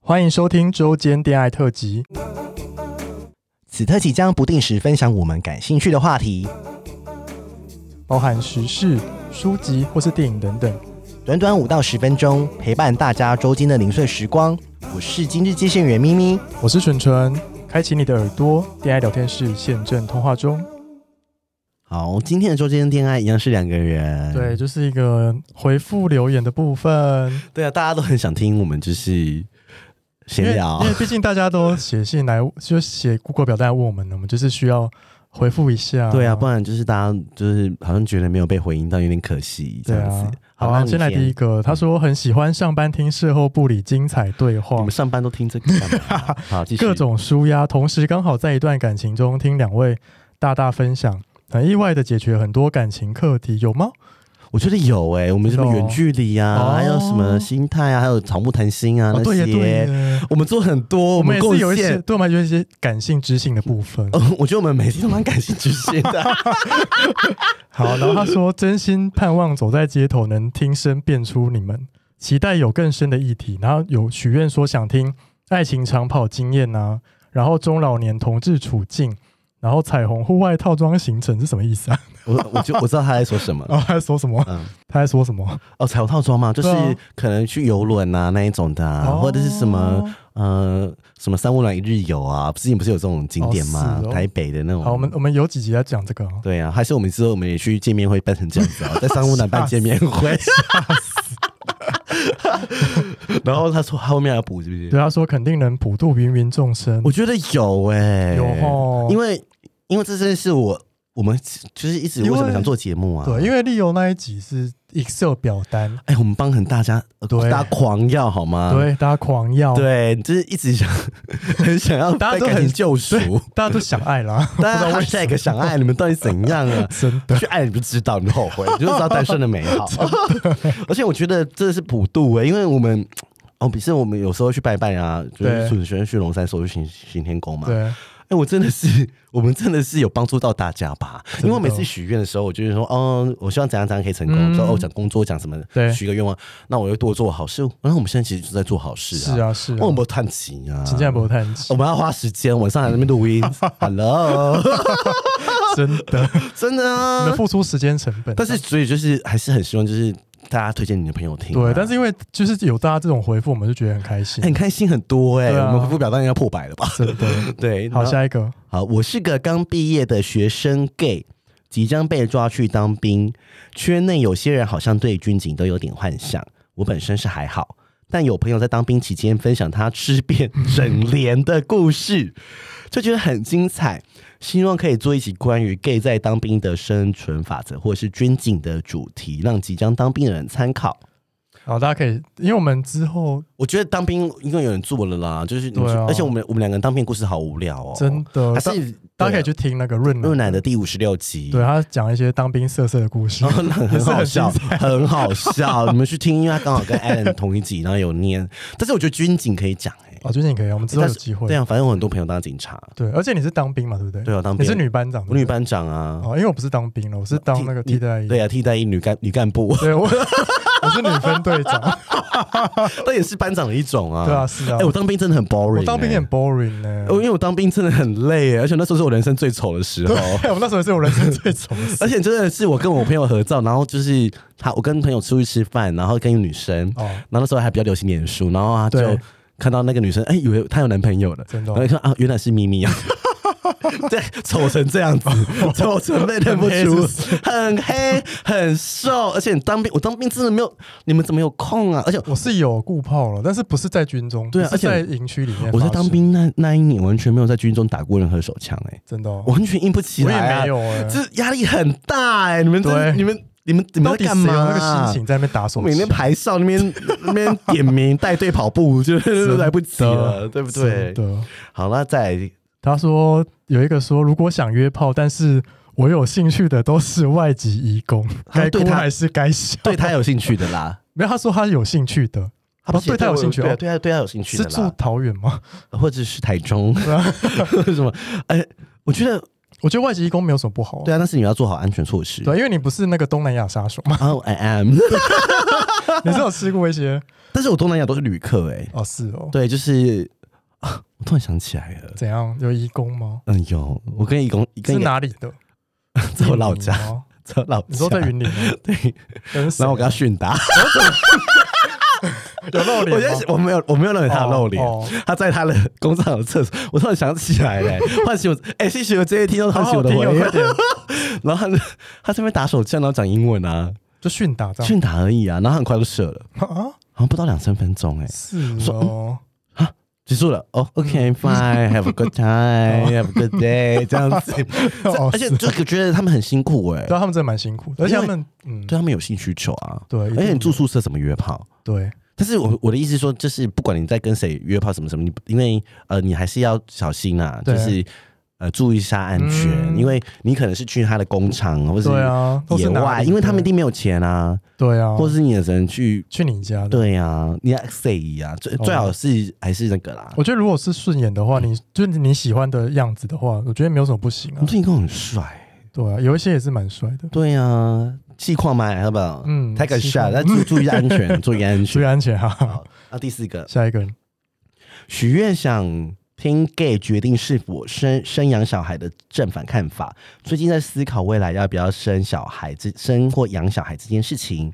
欢迎收听周间恋爱特辑。此特辑将不定时分享我们感兴趣的话题，包含时事、书籍或是电影等等。短短五到十分钟，陪伴大家周间的零碎时光。我是今日接线员咪咪，我是纯纯，开启你的耳朵，恋爱聊天室现正通话中。好，今天的周间恋爱一样是两个人，对，就是一个回复留言的部分，对啊，大家都很想听我们就是闲聊因为因，为毕竟大家都写信来，就写 Google 表单来问我们呢，我们就是需要回复一下。 对啊，不然就是大家就是好像觉得没有被回应到，有点可惜这对样子。啊。好，好那啊，你先来第一个，他说很喜欢上班听事后部里精彩对话，你们上班都听这个干 嘛？好，继续各种舒压，同时刚好在一段感情中听两位大大分享，很意外的解决很多感情课题，有吗？我觉得有诶、我们什真么的哦远距离啊，哦还有什么心态啊，还有草木谈心啊、哦，那对些耶，对耶，我们做很多，我我们们也贡是有一些，献。对我们还有一些感性知性的部分。呃，我觉得我们每天都蛮感兴趣的。啊好，然后他说，真心盼望走在街头能听声辨出你们，期待有更深的议题，然后有许愿说想听爱情长跑经验啊，然后中老年同志处境。然后彩虹户外套装行程是什么意思啊？ 我我就我知道他在说什么。然 后他在说什么？嗯，他在说什么？哦，彩虹套装嘛，就是哦对啊可能去游轮啊那一种的、啊，或者是什么哦呃什么三温暖一日游啊，之前不是有这种景点哦吗？是哦台北的那种。好，我们我们有几集在讲这个、 啊，对啊，还是我们之后我们也去见面会办成这样子啊，在商务南办见面会。然后他说他后面还要补是不 是？对他说肯定能普度芸芸众生我。觉得有哎、有吼因为因为这件事我我们就是一直因为为什么想做节目啊？对，因为为利由那一集是 Excel 表单，哎、我们帮很大家，呃对大家狂要好吗？对，大家狂要，，啊对，就是一直想 很想要大家都被感很情救赎，大家都想爱 啦，不知大道家为 h 什 a s 想爱你们到底怎样 啊？真的去爱你就知道，你就后悔，你就知道单身的美 好。而且我觉得这是普渡哎、因为我们哦，比是我们有时候去拜拜啊，就对是准学去龙山寺，我去行行天宫嘛。对，哎、我真的是，我们真的是有帮助到大家吧？真的因为我每次许愿的时候，我就是说，哦，我希望怎样怎样可以成功，嗯说哦，讲工作，讲什么对，许一个愿望，那我又多做好事。然后我们现在其实就在做好事啊，是啊是我啊们，不叹气啊，请假不叹气我，们要花时间，晚上还在那边录 音，Hello， 真的，真的你们啊。付出时间成本，哦但是，所以就是还是很希望，就是大家推荐你的朋友听啊、对，但是因为就是有大家这种回复，我们就觉得很开心哎，很开心很多哎、对啊我们回复表单要破百了吧？真的。对，好，然后下一个， 好，我是个刚毕业的学生 gay，即将被抓去当兵。圈内有些人好像对军警都有点幻想，我本身是还好，但有朋友在当兵期间分享他吃遍整连的故事，就觉得很精彩。希望可以做一期关于 gay 在当兵的生存法则，或是军警的主题，让即将当兵的人参考。然后大家可以，因为我们之后我觉得当兵因为有人做了啦，就是你去、对啊而且我们我们两个人当兵故事好无聊哦，真的，还大是大家可对以啊去听那个润润南，奶的第五十六集，嗯对他讲一些当兵色色的故事 然，后那也很是好很笑，精很好笑。你们去听，因为他刚好跟 Alan 同一集，然后有念。但是我觉得军警可以讲哎、 哦，最近可以，我们之后有机会对。啊，反正我很多朋友当警察，对，而且你是当兵嘛，对不对？对啊，当你兵是女班长，我女对不班长啊对，哦，因为我不是当兵了，我是当那个替代役。对啊，替代役女干女干部，对，我 我是女分队长。那也是班长的一种啊。对啊，，是啊哎、。我当兵真的很 boring，、欸我当兵也很。boring 欸呢。哦，因为我当兵真的很累欸，而且那时候是我人生最丑的时候，对， 我那时候也是我人生最丑的事而且真的是我跟我朋友合照，然后就是他，我跟朋友出去吃饭，然后跟一个女生，哦，然后那时候还比较流行脸书，然后他就对看到那个女生，哎、以为她有男朋友了，真的然后一看啊，原来是咪咪 啊。对，丑成这样子，丑成被认不出，很黑很瘦，而且你当兵，我当兵真的没有，你们怎么有空啊？而且我是有顾炮了，但是不是在军中，对啊不是在而营区里面。我在当，兵那那一年，完全没有在军中打过任何手枪，哎，真的哦，完全硬不起我来、也啊，没有哎。这压力很大哎、你们对这你们你们你们到在底干谁有嘛、啊那个心情在那边打手啊每天枪？排哨那边 那边点名带队跑步，就真是的来不及了，对不对真？的。好，那再来他说有一个说，如果想约炮，但是我有兴趣的都是外籍移工， 他该对哭他还是该笑？对他有兴趣的啦， 没有，他说他有兴趣的，他不对他有兴趣对哦啊对他对他有兴趣是的住啦，桃园吗？ 或者是台中什么？哎，我觉得我觉得外籍义工没有什么不好、啊，对啊，但是你要做好安全措施。对，因为你不是那个东南亚杀手 嘛，哦、i am，你是有吃过一 些但是我东南亚都是旅客哎、哦，是哦，对，就是 啊，我突然想起来了，怎样有义工吗？嗯，有，我跟义工跟是一个哪里的？ 在我老家印，尼吗在我老家，你说在云林吗？ 对，有人死然后了我给他训打， 有露我脸在吗？我没有我没有认为他露脸，哦哦他在他的工厂的厕所，我突然想起来了、 唤醒我，哎、谢谢我这些听众好唤醒好我的听回哦，快忆。点，然后他就他这边打手枪，然后讲英文啊，就训打这样训打而已啊，然后他很快就射了，啊？好像不到两三分钟哎、是哦，结束了哦、o 嗯 k fine，have a good time，have a good day，这样子，哦而且是就觉得他们很辛苦哎、对啊他们真的蛮辛苦的，而且他们嗯，对他们有性需求啊，对，一而且定你住宿舍怎么约炮？对但是我我的意思是说，就是不管你在跟谁约炮什么什么，你因为呃，你还是要小心啊，对就是呃，注意一下安全，嗯因为你可能是去他的工厂或者对啊，都野是哪外，里因为对他们一定没有钱啊，对啊，或是你也只能去，去你家的。对啊，你要 say 啊，最哦最好是还是那个啦。我觉得如果是顺眼的话，你就是你喜欢的样子的话，我觉得没有什么不行啊我。最近跟我很帅，对啊，有一些也是蛮帅的，对啊，气矿嘛，好不好？嗯 t a k e a 气矿 shot，但注注意安 全，注意安注意全。安全哈、好，那第四个，下一个人，许愿想听 gay 决定是否生生养小孩的正反看法，最近在思考未来要不要生小孩之生或养小孩这件事情，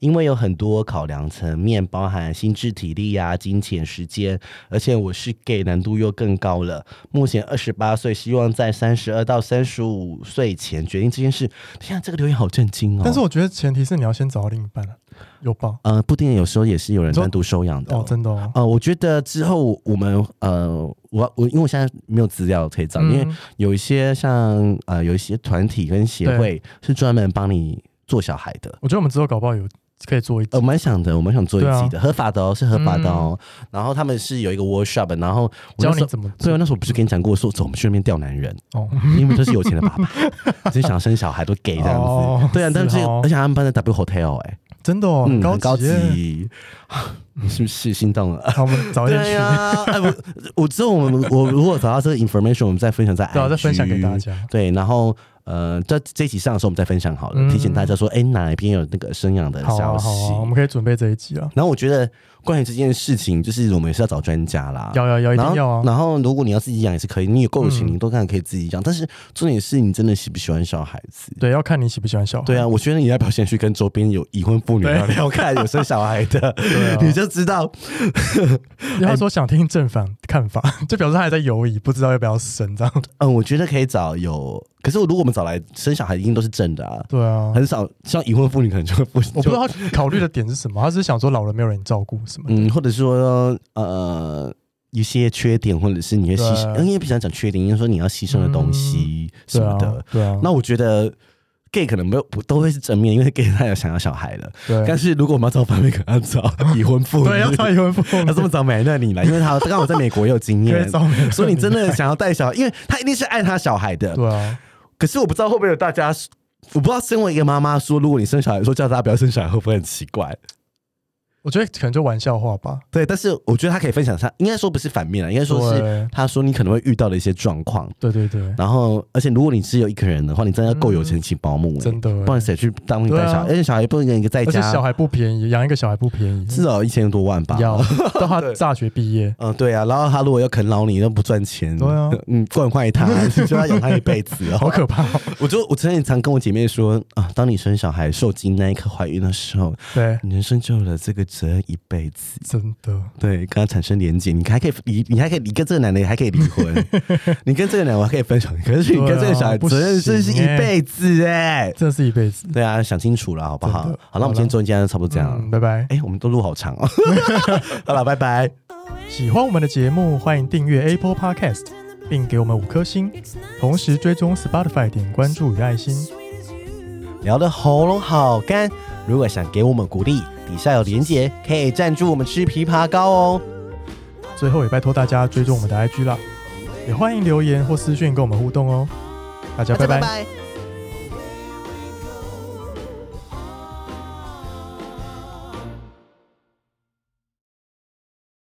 因为有很多考量层面，包含心智、体力啊、金钱、时间，而且我是 gay，难度又更高了。目前二十八岁，希望在三十二到三十五岁前决定这件事。天啊，这个留言好震惊哦！但是我觉得前提是你要先找到另一半啊，有吧？呃，布丁有时候也是有人你说单独收养的哦，真的哦，呃，我觉得之后我们呃，我我因为我现在没有资料可以找，因为嗯有一些像呃有一些团体跟协会是专门帮你做小孩的。我觉得我们之后搞不好有可以做一集呃，我蛮想的，我蛮想做一对啊嗯集的，合法的哦，是合法的哦。然后他们是有一个 workshop，然后我那教时你候。怎么对做啊，那时候我不是跟你讲过，说走，我们去那边钓 男人，哦，因为都是有钱的爸爸，只是想生小孩都给这样子。哦 对啊，但是是哦而且他们办在 W Hotel 哎、真的哦，嗯，高很高级耶。级， 你是不是心动了？好，我们早一点对去，呀、哎，我我之后我们我如果找到这个 information，我们再分享在 IG, 对啊，再分享给大。家。对，然后呃，在这一集上的时候，我们再分享好了，嗯提醒大家说，哎、哪一边有那个生养的好消啊，息。好啊，我们可以准备这一集啊。然后我觉得关于这件事情，就是我们也是要找专家啦。要要要，一然定后要啊！然后如果你要自己养也是可以，你有够有钱，嗯你都看可以自己养。但是重点是你真的喜不喜欢小孩子？对，要看你喜不喜欢小孩。对啊，我觉得你要不要先去跟周边有已婚妇女对聊聊看，有生小孩的， 对啊你就知道因哎为他说想听正反看法，就表示他还在犹疑，不知道要不要生这样。 嗯，我觉得可以找有，可是如果我们找来生小孩，一定都是正的啊，对啊，很少像已婚妇女可能就会不，我不知就，道他考虑的点是什么，他只是想说老了没有人照顾什么的。嗯，或者说呃一些缺点，或者是你会牺牲，对嗯嗯因为不想讲缺点，因为说你要牺牲的东西什么的。对啊，那我觉得 gay 可能没有不都会是正面，因为 gay 他有想要小孩了，对啊但是如果我们要找反面，可能要找已婚妇女，对要找已婚妇要这么女，找美乐你了，因为他刚好在美国也有 经可验以。找美乐所以你真你的想要带小孩，因为他一定是爱他小孩的，对啊，可是我不知道会不会有大家，我不知道身为一个妈妈说，如果你生小孩说叫大家不要生小孩，会不会很奇怪？我觉得可能就玩笑话吧。对，但是我觉得他可以分享他，应该说不是反面啊，应该说是对他说你可能会遇到的一些状况。对对对，然后，而且如果你只有一个人的话，你真的要够有钱请保姆、欸真的欸不然谁去当你带小对孩？啊而且小孩也不能一个在而且小家，孩不便宜，养一个小孩不便宜，至少一千多万吧。 要到他对大学毕业，嗯，对啊，然后他如果要啃老你，又不赚钱，对啊，嗯，惯坏他，你就要养他一辈子 哦。好可怕 哦。我就我之前常跟我姐妹说啊，当你生小孩受精那一刻怀孕的时候，对，你人生就有了这个责任一辈子。真的，对，跟他产生连结，你还可以离，你还可以，你跟这个男的还可以离婚，你跟这个男的还可以分手，可是你跟这个小孩对啊责任真是不一行欸辈子哎、真的是一辈子。对啊，想清楚了好不好真的？好，那我们今天中间差不多这样。嗯，拜拜。哎、我们都录好长哦。 好了，拜拜。喜欢我们的节目，欢迎订阅 Apple Podcast，并给我们五颗星，同时追踪 Spotify 点关注与爱心。聊的喉咙好干，如果想给我们鼓励，底下有连结，可以赞助我们吃枇杷膏哦。最后也拜托大家追踪我们的 IG 啦，也欢迎留言或私讯跟我们互动哦。大家大家拜拜拜